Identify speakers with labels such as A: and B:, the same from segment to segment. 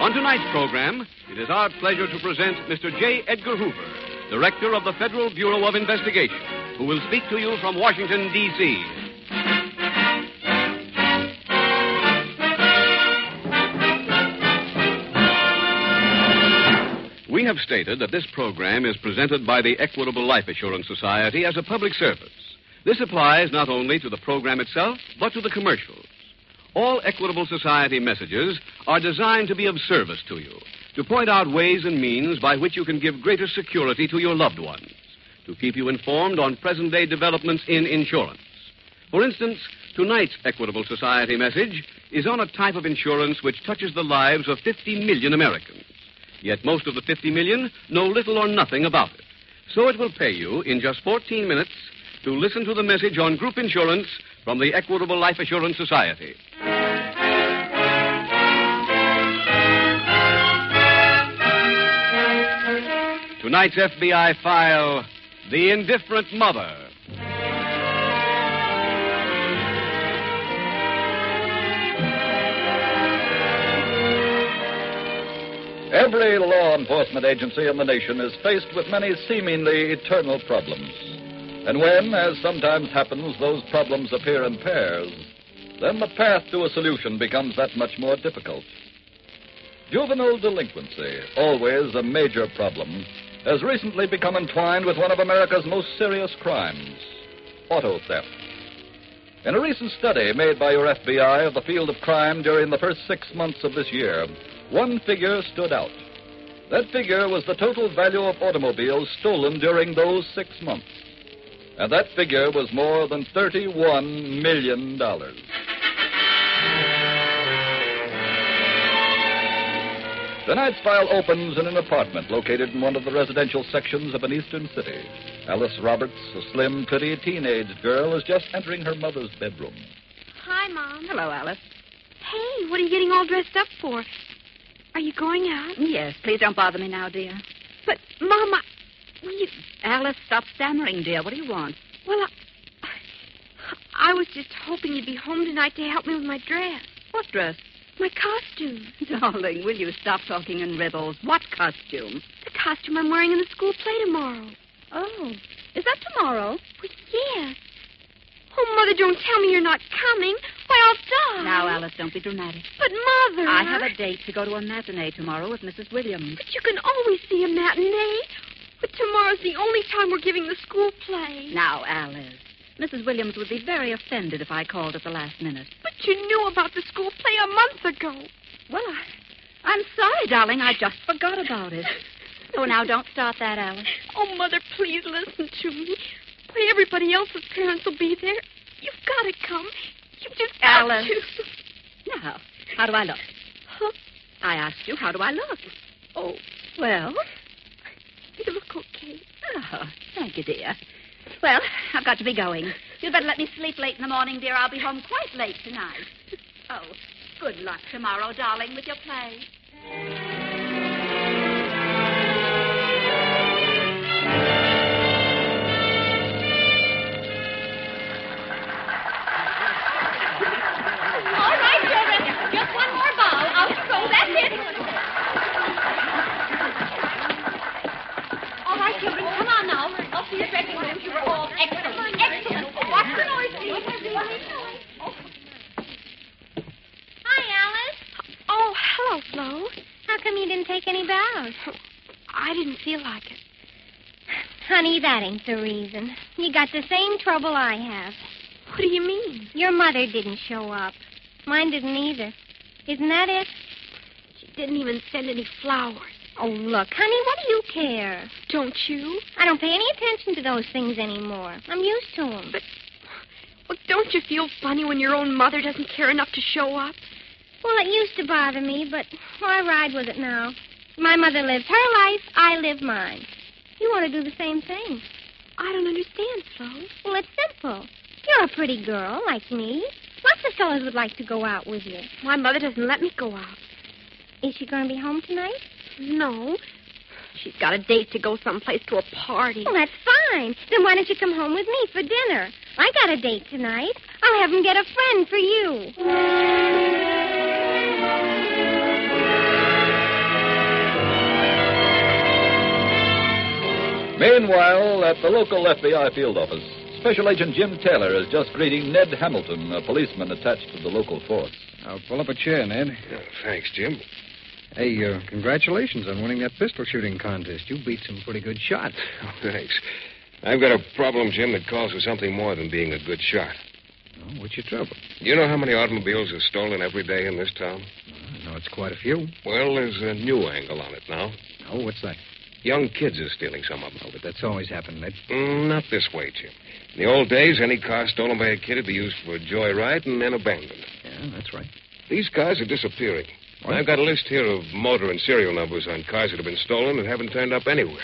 A: On tonight's program, it is our pleasure to present Mr. J. Edgar Hoover, Director of the Federal Bureau of Investigation, who will speak to you from Washington, D.C. We have stated that this program is presented by the Equitable Life Assurance Society as a public service. This applies not only to the program itself, but to the commercials. All Equitable Society messages are designed to be of service to you, to point out ways and means by which you can give greater security to your loved ones, to keep you informed on present day developments in insurance. For instance, tonight's Equitable Society message is on a type of insurance which touches the lives of 50 million Americans. Yet most of the 50 million know little or nothing about it. So it will pay you in just 14 minutes to listen to the message on group insurance from the Equitable Life Assurance Society. Tonight's FBI file The Indifferent Mother.
B: Every law enforcement agency in the nation is faced with many seemingly eternal problems. And when, as sometimes happens, those problems appear in pairs, then the path to a solution becomes that much more difficult. Juvenile delinquency, always a major problem, has recently become entwined with one of America's most serious crimes auto theft. In a recent study made by your FBI of the field of crime during the first six months of this year, one figure stood out. That figure was the total value of automobiles stolen during those six months. And that figure was more than $31 million. Tonight's file opens in an apartment located in one of the residential sections of an eastern city. Alice Roberts, a slim, pretty teenage girl, is just entering her mother's bedroom.
C: Hi, Mom.
D: Hello, Alice.
C: Hey, what are you getting all dressed up for? Are you going out?
D: Yes, please don't bother me now, dear.
C: But, Mom, I... Well, you...
D: Alice, stop stammering, dear. What do you want?
C: Well, uh, I... I was just hoping you'd be home tonight to help me with my dress.
D: What dress?
C: My costume.
D: Darling, will you stop talking in riddles? What costume?
C: The costume I'm wearing in the school play tomorrow.
D: Oh, is that tomorrow?
C: Well, yes. Oh, Mother, don't tell me you're not coming. Why, I'll die.
D: Now, Alice, don't be dramatic.
C: But, Mother...
D: I have a date to go to a matinee tomorrow with Mrs. Williams.
C: But you can always see a matinee. But tomorrow's the only time we're giving the school play.
D: Now, Alice, Mrs. Williams would be very offended if I called at the last minute.
C: But you knew about the school play a month ago.
D: Well, I, I'm sorry, darling. I just forgot about it. Oh, now don't start that, Alice.
C: Oh, Mother, please listen to me. Why, everybody else's parents will be there. You've got to come. You've just got
D: Alice.
C: to.
D: Now, how do I look?
C: Huh?
D: I asked you, how do I look?
C: Oh,
D: Well,
C: you look okay.
D: oh, thank you, dear. Well, I've got to be going. You'd better let me sleep late in the morning, dear. I'll be home quite late tonight. Oh, good luck tomorrow, darling, with your play.
C: All right, children. Just one more bow. Out so that's it. All right, children, come on now. Up to your dressing rooms. You were all excellent. Excellent. Watch the noise, please. Hi, Alice. Oh, hello, Flo. How come you didn't take any bows? I didn't feel like it.
E: Honey, that ain't the reason. You got the same trouble I have.
C: What do you mean?
E: Your mother didn't show up. Mine didn't either. Isn't that it?
C: She didn't even send any flowers.
E: Oh, look, honey, what do you care?
C: Don't you?
E: I don't pay any attention to those things anymore. I'm used to 'em.
C: But, well, don't you feel funny when your own mother doesn't care enough to show up?
E: Well, it used to bother me, but why ride with it now? My mother lives her life, I live mine. You want to do the same thing.
F: I don't understand, Flo.
E: Well, it's simple. You're a pretty girl like me. Lots of fellows would like to go out with you.
F: My mother doesn't let me go out.
E: Is she going to be home tonight?
F: No. She's got a date to go someplace to a party.
E: Well, that's fine. Then why don't you come home with me for dinner? I got a date tonight. I'll have him get a friend for you.
B: Meanwhile, at the local FBI field office, Special Agent Jim Taylor is just greeting Ned Hamilton, a policeman attached to the local force.
G: Now, pull up a chair, Ned.
H: Oh, thanks, Jim.
G: Hey, uh, congratulations on winning that pistol shooting contest. You beat some pretty good shots.
H: Oh, thanks. I've got a problem, Jim, that calls for something more than being a good shot.
G: Oh, what's your trouble?
H: You know how many automobiles are stolen every day in this town?
G: I know it's quite a few.
H: Well, there's a new angle on it now.
G: Oh, what's that? Oh,
H: Young kids are stealing some of them.
G: But that's always happened, Ned.
H: Mm, not this way, Jim. In the old days, any car stolen by a kid would be used for a joyride and then abandoned.
G: Yeah, that's right.
H: These cars are disappearing.
G: What?
H: I've got a list here of motor and serial numbers on cars that have been stolen and haven't turned up anywhere.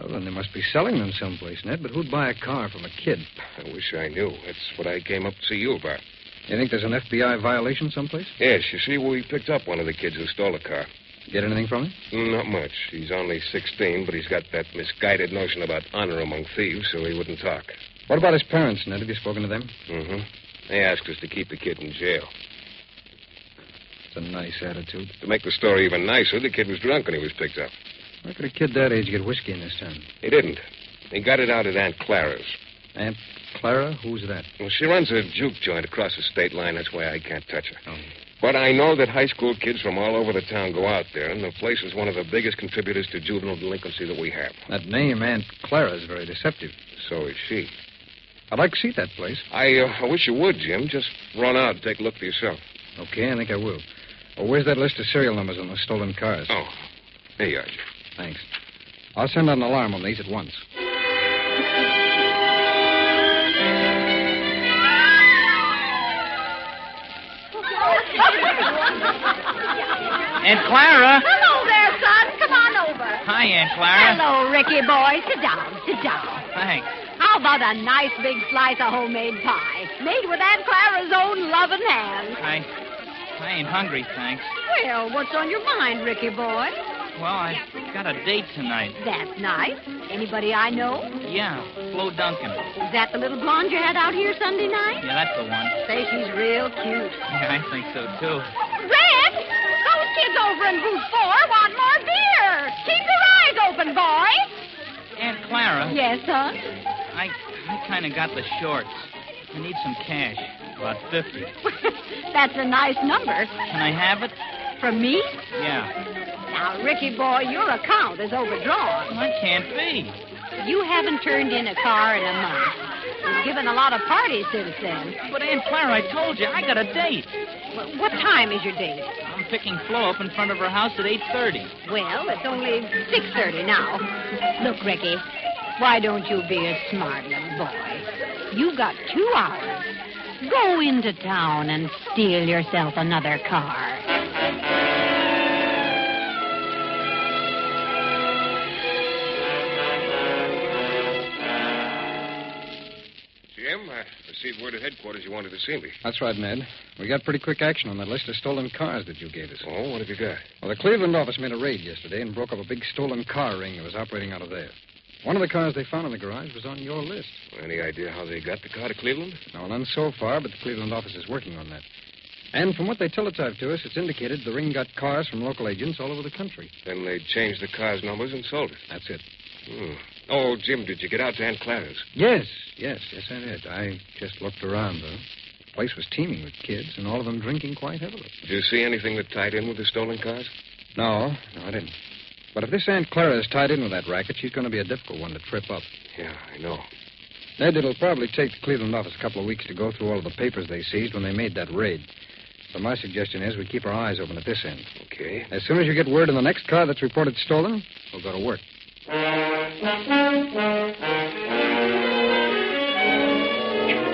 G: Well, then they must be selling them someplace, Ned. But who'd buy a car from a kid?
H: I wish I knew. That's what I came up to see you about.
G: You think there's an FBI violation someplace?
H: Yes, you see, we picked up one of the kids who stole a car.
G: Get anything from him?
H: Not much. He's only 16, but he's got that misguided notion about honor among thieves, so he wouldn't talk.
G: What about his parents, Ned? Have you spoken to them?
H: Mm-hmm. They asked us to keep the kid in jail.
G: It's a nice attitude.
H: To make the story even nicer, the kid was drunk when he was picked up.
G: Why could a kid that age get whiskey in this town?
H: He didn't. He got it out at Aunt Clara's.
G: Aunt Clara? Who's that?
H: Well, she runs a juke joint across the state line. That's why I can't touch her.
G: Oh.
H: But I know that high school kids from all over the town go out there, and the place is one of the biggest contributors to juvenile delinquency that we have.
G: That name, Aunt Clara, is very deceptive.
H: So is she.
G: I'd like to see that place.
H: I, uh, I wish you would, Jim. Just run out and take a look for yourself.
G: Okay, I think I will. Oh, where's that list of serial numbers on the stolen cars?
H: Oh, here you are, Jim.
G: Thanks. I'll send out an alarm on these at once.
I: Aunt Clara.
C: Hello there, son. Come on over.
I: Hi, Aunt Clara.
C: Hello, Ricky boy. Sit down. Sit down.
I: Thanks.
C: How about a nice big slice of homemade pie? Made with Aunt Clara's own loving hands.
I: I, I ain't hungry, thanks.
C: Well, what's on your mind, Ricky boy?
I: Well, I've got a date tonight.
C: That's nice. Anybody I know?
I: Yeah, Flo Duncan.
C: Is that the little blonde you had out here Sunday night?
I: Yeah, that's the one.
C: Say she's real cute.
I: Yeah, I think so, too.
C: Red, those kids over in booth four want more beer. Keep your eyes open, boy.
I: Aunt Clara,
C: Yes, son.
I: I, I kind of got the shorts. I need some cash. About 50.
C: That's a nice number.
I: Can I have it?
C: From me?
I: Yeah.
C: Now, Ricky boy, your account is overdrawn.
I: Well, that can't be.
C: You haven't turned in a car in a month. You've given a lot of parties since then.
I: But, Aunt Clara, I told you, I got a date.
C: Wh- What time is your date?
I: I'm picking Flo up in front of her house at 8.30.
C: Well, it's only six thirty now. Look, Ricky, why don't you be a smart little boy? You got two hours. Go into town and steal yourself another car.
H: Jim, I received word at headquarters you wanted to see me.
G: That's right, Ned. We got pretty quick action on that list of stolen cars that you gave us.
H: Oh, what have you got?
G: Well, the Cleveland office made a raid yesterday and broke up a big stolen car ring that was operating out of there. One of the cars they found in the garage was on your list.
H: Any idea how they got the car to Cleveland?
G: No, none so far, but the Cleveland office is working on that. And from what they teletyped to us, it's indicated the ring got cars from local agents all over the country.
H: Then they changed the car's numbers and sold it.
G: That's it.
H: Hmm. Oh, Jim, did you get out to Aunt Clara's?
G: Yes, yes, yes, I did. I just looked around, though. The place was teeming with kids, and all of them drinking quite heavily.
H: Did you see anything that tied in with the stolen cars?
G: No, no, I didn't. But if this Aunt Clara is tied in with that racket, she's going to be a difficult one to trip up.
H: Yeah, I know.
G: Ned, it'll probably take the Cleveland office a couple of weeks to go through all of the papers they seized when they made that raid. So my suggestion is we keep our eyes open at this end.
H: Okay.
G: As soon as you get word on the next car that's reported stolen, we'll go to work.
J: Oh,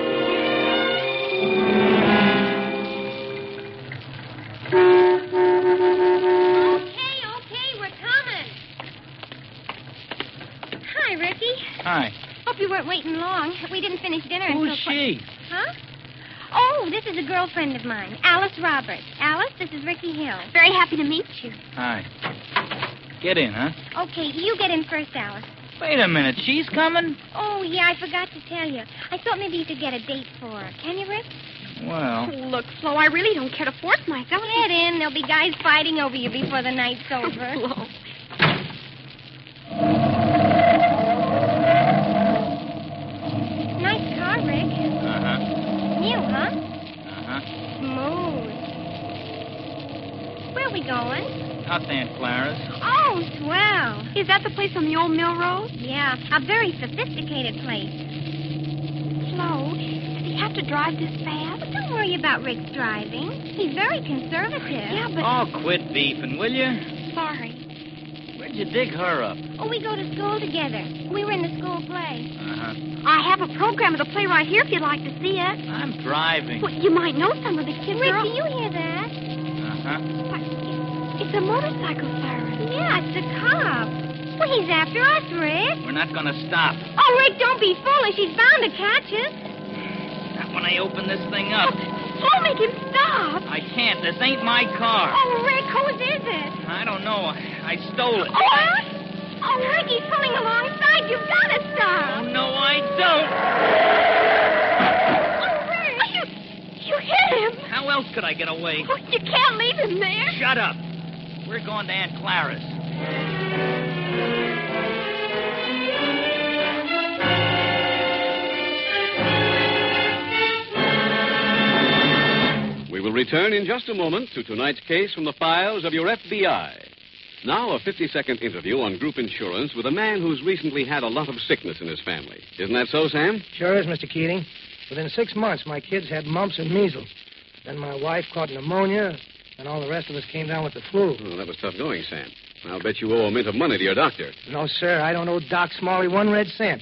E: Okay, okay, we're Hi, Ricky.
I: Hi.
E: Hope you weren't waiting long. We didn't finish dinner until.
I: Who's she?
E: Huh? Oh, this is a girlfriend of mine, Alice Roberts. Alice, this is Ricky Hill.
F: Very happy to meet you.
I: Hi. Get in, huh?
E: Okay, you get in first, Alice.
I: Wait a minute. She's coming?
E: Oh, yeah, I forgot to tell you. I thought maybe you could get a date for her. Can you, Rick?
I: Well,
F: Look, Flo, I really don't care to force myself. Oh,
E: Get in. There'll be guys fighting over you before the night's over.
F: Flo.
E: nice car, Rick.
I: uh-huh,
E: New, huh?
I: uh-huh.
E: Smooth. Where are we going?
I: Out there, Clara's.
E: Oh, swell.
F: Is that the place on the old mill road?
E: Yeah, a very sophisticated place.
F: Flo, does he have to drive this fast?
E: But don't worry about Rick's driving. He's very conservative.
F: Yeah, but
I: Oh, quit beefing, will you?
F: sorry.
I: Where'd you dig her up?
E: Oh, we go to school together. We were in the school play.
I: Uh-huh.
F: I have a program of the play right here if you'd like to see it.
I: I'm driving.
F: Well, you might know some of the kids.
E: Rick,
F: are-
E: do you hear that?
I: Uh-huh.
F: It's a motorcycle siren.
E: Yeah, it's the cop. Well, he's after us, Rick.
I: We're not gonna stop.
E: Oh, Rick, don't be foolish. He's bound to catch us.
I: Not when I open this thing up.
F: Flo, make him stop.
I: I can't. This ain't my car.
E: Oh, Rick, whose is it?
I: I don't know. I stole it.
E: Oh, oh, Rick, he's pulling alongside. You've got to
I: Oh,
E: stop.
I: no, I
E: Oh, Rick.
F: You, you hit him.
I: don't. How else could I get away?
F: Oh, you can't leave him there.
I: Shut up. We're going to Aunt Clara's.
A: We will return in just a moment to tonight's case from the files of your FBI. Now, a 50 second interview on group insurance with a man who's recently had a lot of sickness in his family. Isn't that so, Sam?
K: Sure is, Mr. Keating. Within six months, my kids had mumps and measles. Then my wife caught pneumonia, and all the rest of us came down with the flu.
A: Well, Oh, that was tough going, Sam. I'll bet you owe a mint of money to your doctor.
K: No, sir, I don't owe Doc Smalley one red cent.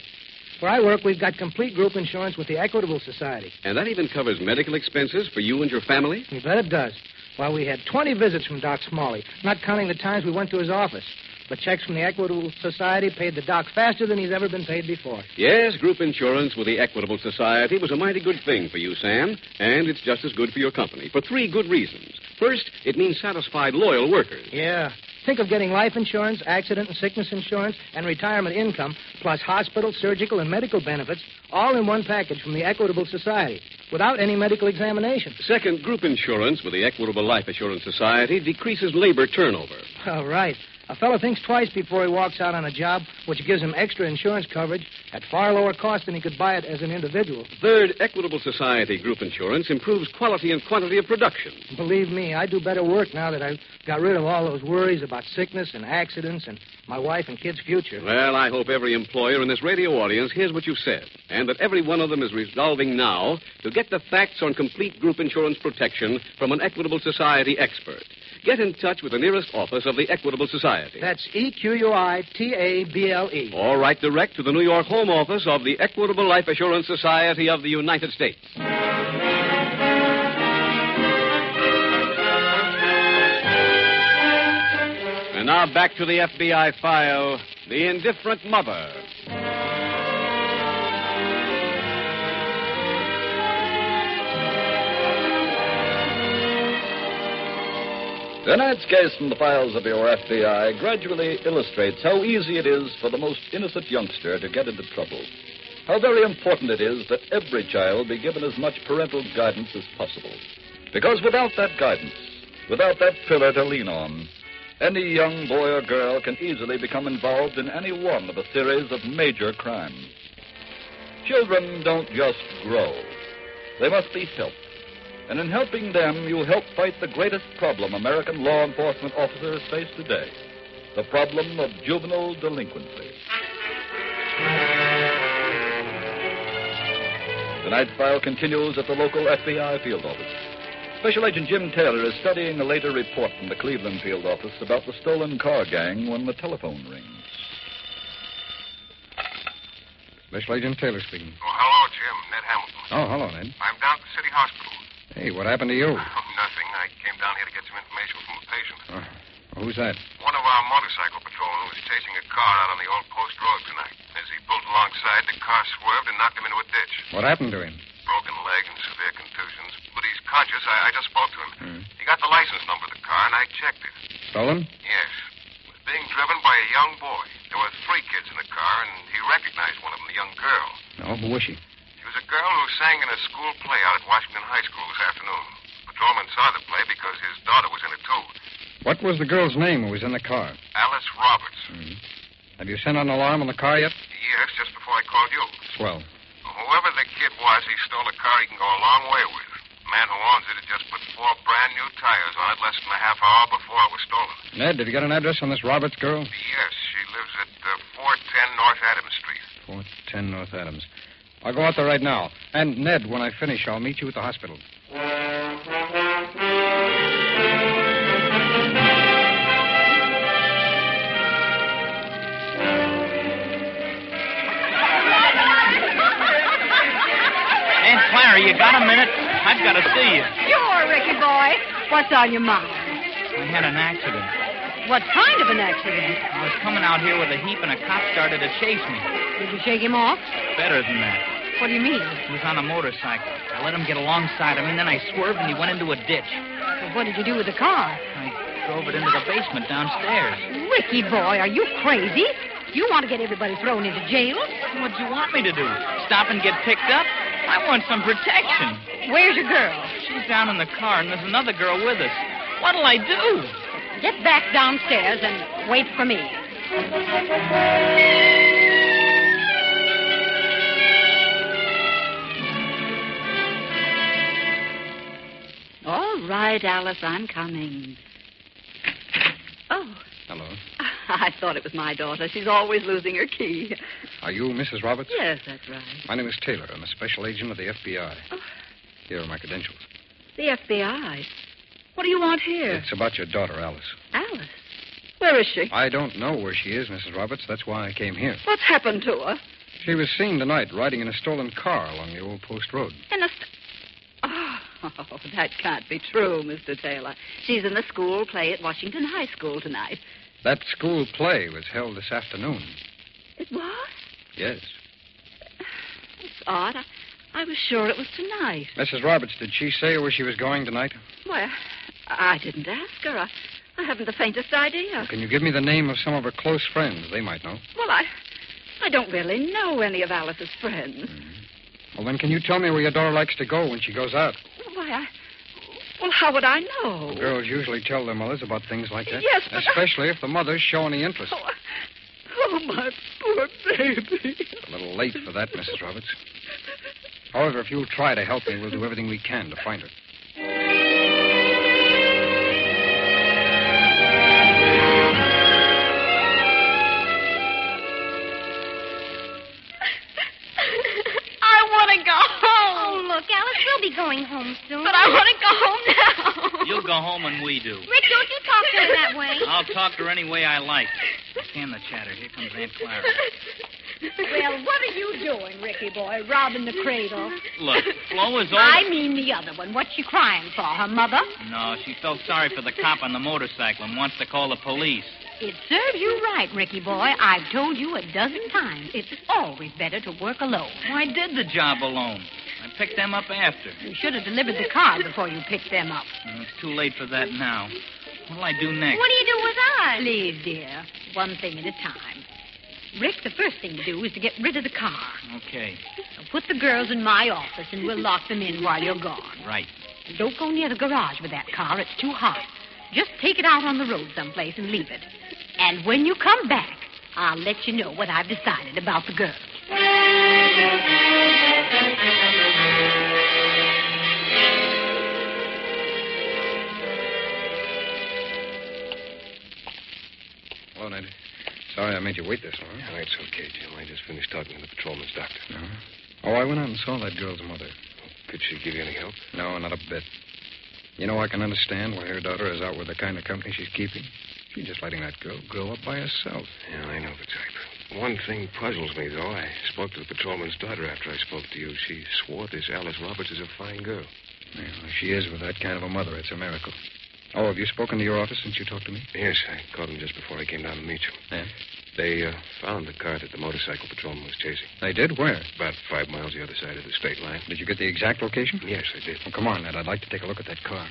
K: Where I work, we've got complete group insurance with the Equitable Society.
A: And that even covers medical expenses for you and your family?
K: You bet it does. Why, we had 20 visits from Doc Smalley, not counting the times we went to his office. But checks from the Equitable Society paid the doc faster than he's ever been paid before.
A: Yes, group insurance with the Equitable Society was a mighty good thing for you, Sam, and it's just as good for your company for three good reasons. First, it means satisfied, loyal workers.
K: Yeah. Think of getting life insurance, accident and sickness insurance, and retirement income, plus hospital, surgical, and medical benefits, all in one package from the Equitable Society, without any medical examination.
A: Second, group insurance with the Equitable Life Assurance Society decreases labor turnover.
K: All right. A fellow thinks twice before he walks out on a job, which gives him extra insurance coverage at far lower cost than he could buy it as an individual.
A: Third, Equitable Society group insurance improves quality and quantity of production.
K: Believe me, I do better work now that I've got rid of all those worries about sickness and accidents and my wife and kids' future.
A: Well, I hope every employer in this radio audience hears what you've said, and that every one of them is resolving now to get the facts on complete group insurance protection from an Equitable Society expert. Get in touch with the nearest office of the Equitable Society.
K: That's E Q U I T A B L E.
A: or write direct to the New York Home Office of the Equitable Life Assurance Society of the United States. And now back to the FBI file The Indifferent Mother.
B: Tonight's case from the files of your FBI gradually illustrates how easy it is for the most innocent youngster to get into trouble. How very important it is that every child be given as much parental guidance as possible. Because without that guidance, without that pillar to lean on, any young boy or girl can easily become involved in any one of a series of major crimes. Children don't just grow, they must be helped. And in helping them, you help fight the greatest problem American law enforcement officers face today the problem of juvenile delinquency. Tonight's file continues at the local FBI field office. Special Agent Jim Taylor is studying a later report from the Cleveland field office about the stolen car gang when the telephone rings.
G: Special Agent Taylor speaking.
H: Oh, hello, Jim. Ned Hamilton.
G: Oh, hello, Ned.
H: I'm down at the city hospital.
G: Hey, what happened to you?
H: Oh, nothing. I came down here to get some information from a patient.
G: Oh, who's that?
H: One of our motorcycle patrolmen was chasing a car out on the old post road tonight. His
J: side, the car swerved and knocked him into a ditch.
G: What happened to him?
J: Broken leg and severe contusions, but he's conscious. I, I just spoke to him.
H: Hmm.
J: He got the license number of the car, and I checked it.
G: Stolen?
J: Yes. It was being driven by a young boy. There were three kids in the car, and he recognized one of them, a young girl.
G: No. Who was she?
J: She was a girl who sang in a school play out at Washington High School this afternoon. Patrolman saw the play because his daughter was in it, too.
G: What was the girl's name who was in the car?
J: Alice Roberts.
G: Mm-hmm. Have you sent an alarm on the car yet?
J: Yes, just before I called you.
G: Swell.
J: Whoever the kid was, he stole a car he can go a long way with. The man who owns it had just put four brand new tires on it less than a half hour before it was stolen.
G: Ned, did you get an address on this Roberts girl?
J: Yes, she lives at uh, 410 North Adams Street.
G: 410 North Adams. I'll go out there right now. And, Ned, when I finish, I'll meet you at the hospital.
I: Aunt Clara, you got a minute? I've got to see you.
C: Sure, Ricky boy. What's on your mind?
I: I had an accident.
C: What kind of an accident?
I: I was coming out here with a heap, and a cop started to chase me.
C: Did you shake him off?
I: Better than that.
C: What do you mean?
I: He was on a motorcycle. I let him get alongside of me, and then I swerved, and he went into a ditch.
C: Well, what did you do with the car?
I: Drove it into the basement downstairs.
C: Ricky boy, are you crazy? You want to get everybody thrown into jail?
I: What'd you want me to do? Stop and get picked up? I want some protection.
C: Where's your girl?
I: She's down in the car, and there's another girl with us. What'll I do?
C: Get back downstairs and wait for me.
D: All right, Alice, I'm coming. Oh,
G: Hello.
D: I thought it was my daughter. She's always losing her key.
G: Are you Mrs. Roberts?
D: Yes, that's right.
G: My name is Taylor. I'm a special agent of the FBI.
D: Oh.
G: Here are my credentials.
D: The FBI. What do you want here?
G: It's about your daughter, Alice.
D: Alice. Where is she?
G: I don't know where she is, Mrs. Roberts. That's why I came here.
D: What's happened to her?
G: She was seen tonight riding in a stolen car along the old post road.
D: In a. St- oh, that can't be true, Mr. Taylor. She's in the school play at Washington High School tonight.
G: That school play was held this afternoon.
D: It was?
G: Yes.
D: It's odd. I, I was sure it was tonight.
G: Mrs. Roberts, did she say where she was going tonight?
D: Well, I didn't ask her. I, I haven't the faintest idea.
G: Can you give me the name of some of her close friends? They might know.
D: Well, I. I don't really know any of Alice's friends.
G: Well, then, can you tell me where your daughter likes to go when she goes out?
D: Why, I. Well, how would I know?
G: Girls usually tell their mothers about things like that.
D: Yes, but I-
G: Especially if the mothers show any interest.
D: Oh, my poor baby.
G: A little late for that, Mrs. Roberts. However, if you'll try to help me, we'll do everything we can to find her.
E: I want to go home. Oh, look, Alice, we'll be going home soon.
I: But I wanna
E: go home now.
I: You'll go home when we do.
E: Rick, don't you talk to her that way.
I: I'll talk to her any way I like. Stand the chatter. Here comes Aunt Clara.
C: Well, what are you doing, Ricky boy? Robbing the cradle.
I: Look, Flo is over.
C: I mean the other one. What's she crying for? Her mother?
I: No, she felt sorry for the cop on the motorcycle and wants to call the police.
C: It serves you right, Ricky boy. I've told you a dozen times. It's always better to work alone.
I: Well, I did the job alone. I picked them up after.
C: You should have delivered the car before you picked them up.
I: Mm, It's too late for that now. What'll I do next?
C: do you do with us? Leave, dear. One thing at a time. Rick, the first thing to do is to get rid of the car.
I: Okay,
C: Now put the girls in my office and we'll lock them in while you're gone.
I: right.
C: And Don't go near the garage with that car. It's too hot. Just take it out on the road someplace and leave it. And when you come back, I'll let you know what I've decided about the girls.
G: Hello, Ned. Sorry I made you wait this long.
H: Yeah, it's okay, Jim. I just finished talking to the patrolman's doctor.
G: Oh, I went out and saw that girl's mother.
H: Could she give you any help?
G: No, not a bit. You know, I can understand why her daughter is out with the kind of company she's keeping. She's just letting that girl grow up by herself.
H: Yeah, I know the type. One thing puzzles me, though. I spoke to the patrolman's daughter after I spoke to you. She swore this Alice Roberts is a fine girl.
G: Well, if she is with that kind of a mother, it's a miracle. Oh, have you spoken to your office since you talked to me?
H: Yes, I called him just before I came down to meet you.
G: Yeah?
H: They uh, found the car that the motorcycle patrolman was chasing.
G: They did? Where?
H: About five miles the other side of the state line.
G: Did you get the exact location?
H: Yes, I did.
G: Well, come on, Ned. I'd like to take a look at that car.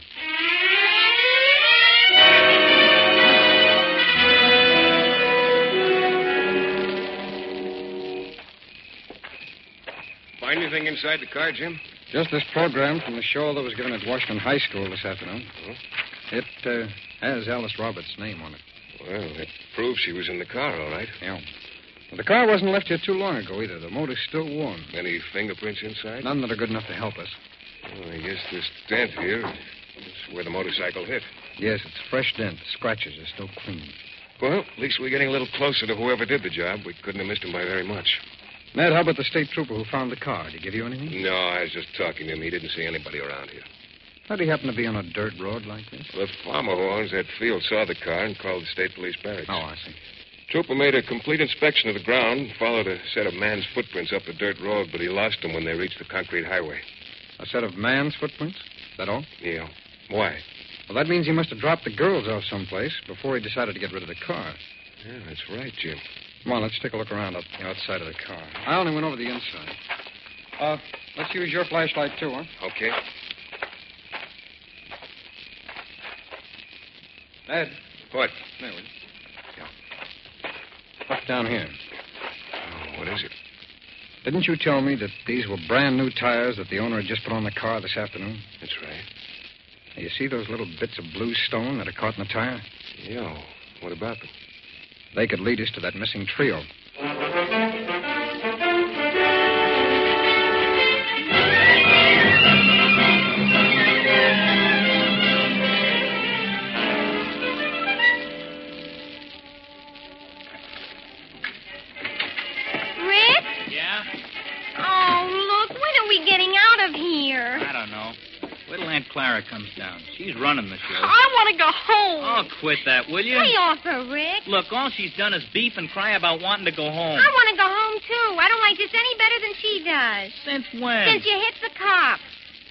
H: Find anything inside the car, Jim?
G: Just this program from the show that was given at Washington High School this afternoon.
H: Hmm?
G: It uh, has Alice Roberts' name on it.
H: Well, it proves she was in the car, all right.
G: Yeah. Well, the car wasn't left here too long ago either. The motor's still warm.
H: Any fingerprints inside?
G: None that are good enough to help us.
H: Well, I guess this dent here is where the motorcycle hit.
G: Yes, it's a fresh dent. The scratches are still clean.
H: Well, at least we're getting a little closer to whoever did the job. We couldn't have missed him by very much.
G: Ned, how about the state trooper who found the car? Did he give you anything?
H: No, I was just talking to him. He didn't see anybody around here.
G: How'd he happen to be on a dirt road like this?
H: The farmer who owns that field saw the car and called the state police barracks.
G: Oh, I see.
H: Trooper made a complete inspection of the ground, followed a set of man's footprints up the dirt road, but he lost them when they reached the concrete highway.
G: A set of man's footprints? Is that all?
H: Yeah. Why?
G: Well, that means he must have dropped the girls off someplace before he decided to get rid of the car.
H: Yeah, that's right, Jim.
G: Come on, let's take a look around up the outside of the car. I only went over the inside. Uh, let's use your flashlight too, huh?
H: Okay.
G: Ned,
H: What?
G: there we are. What's down here?
H: Oh, what is it?
G: Didn't you tell me that these were brand new tires that the owner had just put on the car this afternoon?
H: That's right.
G: Now, You see those little bits of blue stone that are caught in the tire?
H: Yeah. What about them?
G: They could lead us to that missing trio.
E: Rick?
I: Yeah?
E: Oh, look, when are we getting out of here?
I: I don't know. Wait till Aunt Clara comes down. She's running the show.
E: I want to go home.
I: Oh, quit that, will you?
E: Lay off her, Rick.
I: Look, all she's done is beef and cry about wanting to go home.
E: I want to go home, too. I don't like this any better than she does.
I: Since when?
E: Since you hit the cops.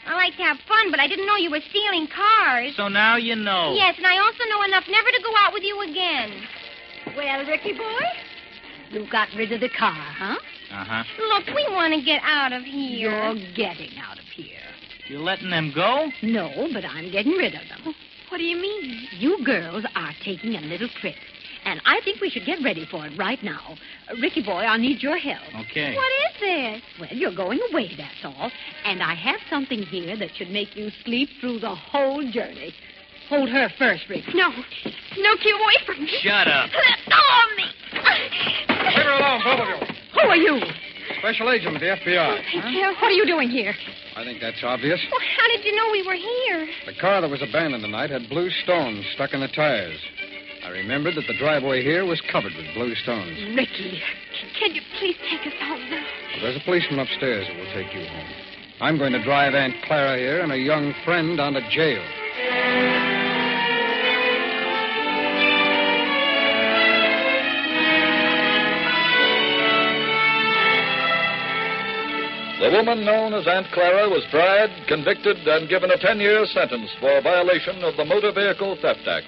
E: I like to have fun, but I didn't know you were stealing cars.
I: So Oh. now you know.
E: Yes, and I also know enough never to go out with you again.
C: Well, Ricky boy, you got rid of the car, huh?
I: Uh-huh.
E: Look, we want to get out of here.
C: You're getting out of here.
I: You're letting them go?
C: No, but I'm getting rid of them.
E: What do you mean?
C: You girls are taking a little trip, and I think we should get ready for it right now. Uh, Ricky boy, I'll need your help.
I: Okay.
E: What is this?
C: Well, you're going away, that's all. And I have something here that should make you sleep through the whole journey. Hold her first, Ricky.
E: No. No, get away from me.
I: Shut up.
E: Let go of me.
G: Leave her alone, both of you.
C: Who are you?
G: Special agent of the FBI.
C: What are you doing here?
G: I think that's obvious.
E: Well, how did you know we were here?
G: The car that was abandoned tonight had blue stones stuck in the tires. I remembered that the driveway here was covered with blue stones.
C: Ricky.
E: Can you please take us home now?
G: Well, there's a policeman upstairs who will take you home. I'm going to drive Aunt Clara here and a young friend down to jail.
B: The woman known as Aunt Clara was tried, convicted, and given a 10 year sentence for violation of the Motor Vehicle Theft Act.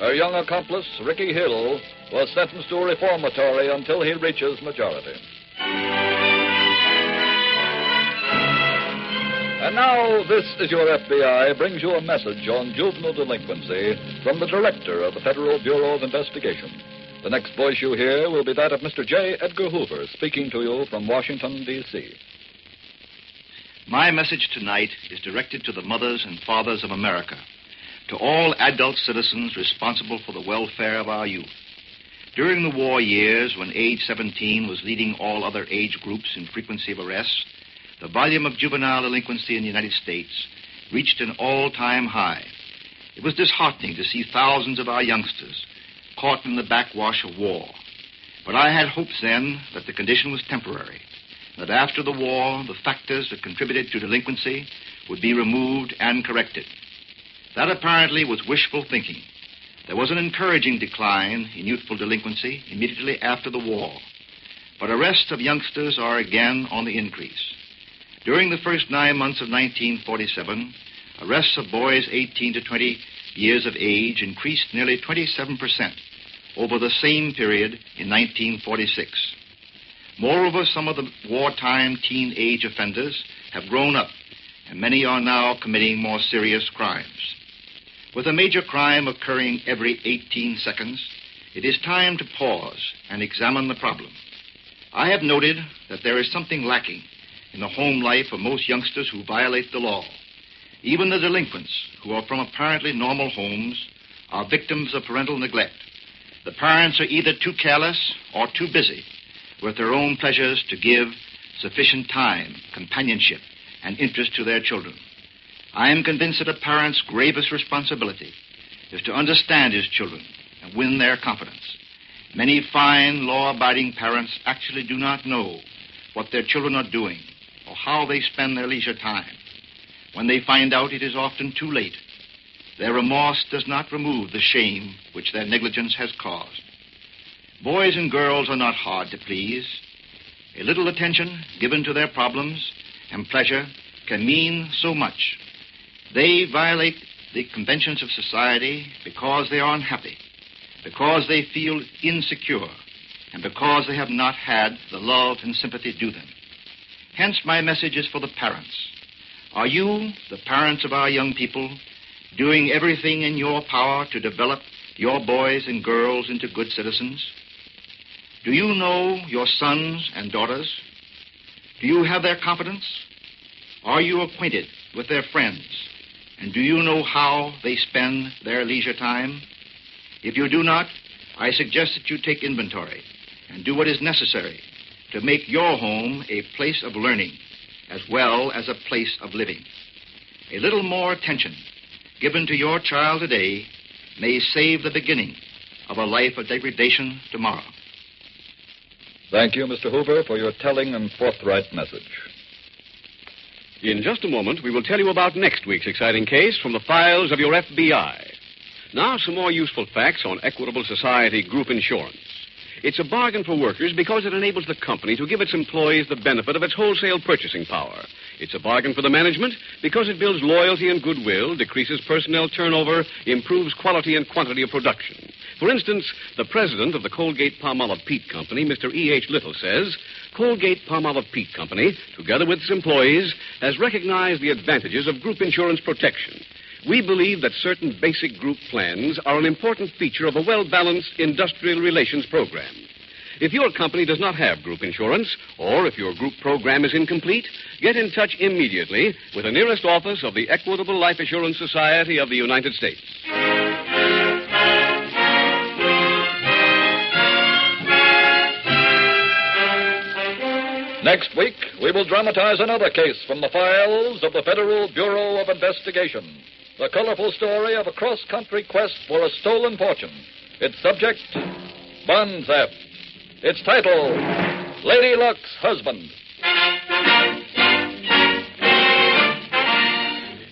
B: Her young accomplice, Ricky Hill, was sentenced to a reformatory until he reaches majority. And now, This Is Your FBI brings you a message on juvenile delinquency from the director of the Federal Bureau of Investigation. The next voice you hear will be that of Mr. J. Edgar Hoover speaking to you from Washington, D.C.
L: My message tonight is directed to the mothers and fathers of America, to all adult citizens responsible for the welfare of our youth. During the war years, when age 17 was leading all other age groups in frequency of arrests, the volume of juvenile delinquency in the United States reached an all time high. It was disheartening to see thousands of our youngsters caught in the backwash of war. But I had hopes then that the condition was temporary that after the war, the factors that contributed to delinquency would be removed and corrected. That apparently was wishful thinking. There was an encouraging decline in youthful delinquency immediately after the war, but arrests of youngsters are again on the increase. During the first nine months of 1947, arrests of boys 18 to 20 years of age increased nearly 27%, over the same period in 1946. Moreover, some of the wartime teenage offenders have grown up, and many are now committing more serious crimes. With a major crime occurring every 18 seconds, it is time to pause and examine the problem. I have noted that there is something lacking in the home life of most youngsters who violate the law. Even the delinquents, who are from apparently normal homes, are victims of parental neglect. The parents are either too careless or too busy with their own pleasures to give sufficient time, companionship, and interest to their children. I am convinced that a parent's gravest responsibility is to understand his children and win their confidence. Many fine, law abiding parents actually do not know what their children are doing or how they spend their leisure time. When they find out, it is often too late. Their remorse does not remove the shame which their negligence has caused. Boys and girls are not hard to please. A little attention given to their problems and pleasure can mean so much. They violate the conventions of society because they are unhappy, because they feel insecure, and because they have not had the love and sympathy due them. Hence, my message is for the parents. Are you, the parents of our young people, doing everything in your power to develop your boys and girls into good citizens? Do you know your sons and daughters? Do you have their confidence? Are you acquainted with their friends? And do you know how they spend their leisure time? If you do not, I suggest that you take inventory and do what is necessary to make your home a place of learning as well as a place of living. A little more attention given to your child today may save the beginning of a life of degradation tomorrow.
B: Thank you, Mr. Hoover, for your telling and forthright message.
A: In just a moment, we will tell you about next week's exciting case from the files of your FBI. Now, some more useful facts on Equitable Society Group Insurance. It's a bargain for workers because it enables the company to give its employees the benefit of its wholesale purchasing power. It's a bargain for the management because it builds loyalty and goodwill, decreases personnel turnover, improves quality and quantity of production. For instance, the president of the Colgate Palmolive Peat Company, Mr. E.H. Little, says Colgate Palmolive Peat Company, together with its employees, has recognized the advantages of group insurance protection. We believe that certain basic group plans are an important feature of a well balanced industrial relations program. If your company does not have group insurance, or if your group program is incomplete, get in touch immediately with the nearest office of the Equitable Life Assurance Society of the United States.
B: Next week, we will dramatize another case from the files of the Federal Bureau of Investigation. The colorful story of a cross country quest for a stolen fortune. Its subject, Bond Theft. Its title, Lady Luck's Husband.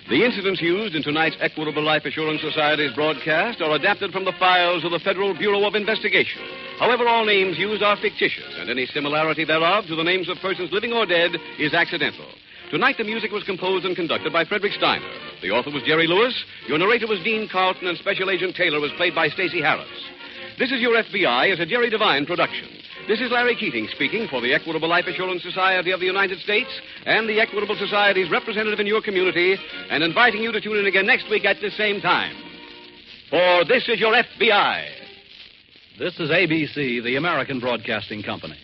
A: The incidents used in tonight's Equitable Life Assurance Society's broadcast are adapted from the files of the Federal Bureau of Investigation. However, all names used are fictitious, and any similarity thereof to the names of persons living or dead is accidental. Tonight, the music was composed and conducted by Frederick Steiner. The author was Jerry Lewis. Your narrator was Dean Carlton, and Special Agent Taylor was played by Stacey Harris. This is Your FBI is a Jerry Devine production. This is Larry Keating speaking for the Equitable Life Assurance Society of the United States and the Equitable Society's representative in your community, and inviting you to tune in again next week at the same time. For This is Your FBI.
M: This is ABC, the American Broadcasting Company.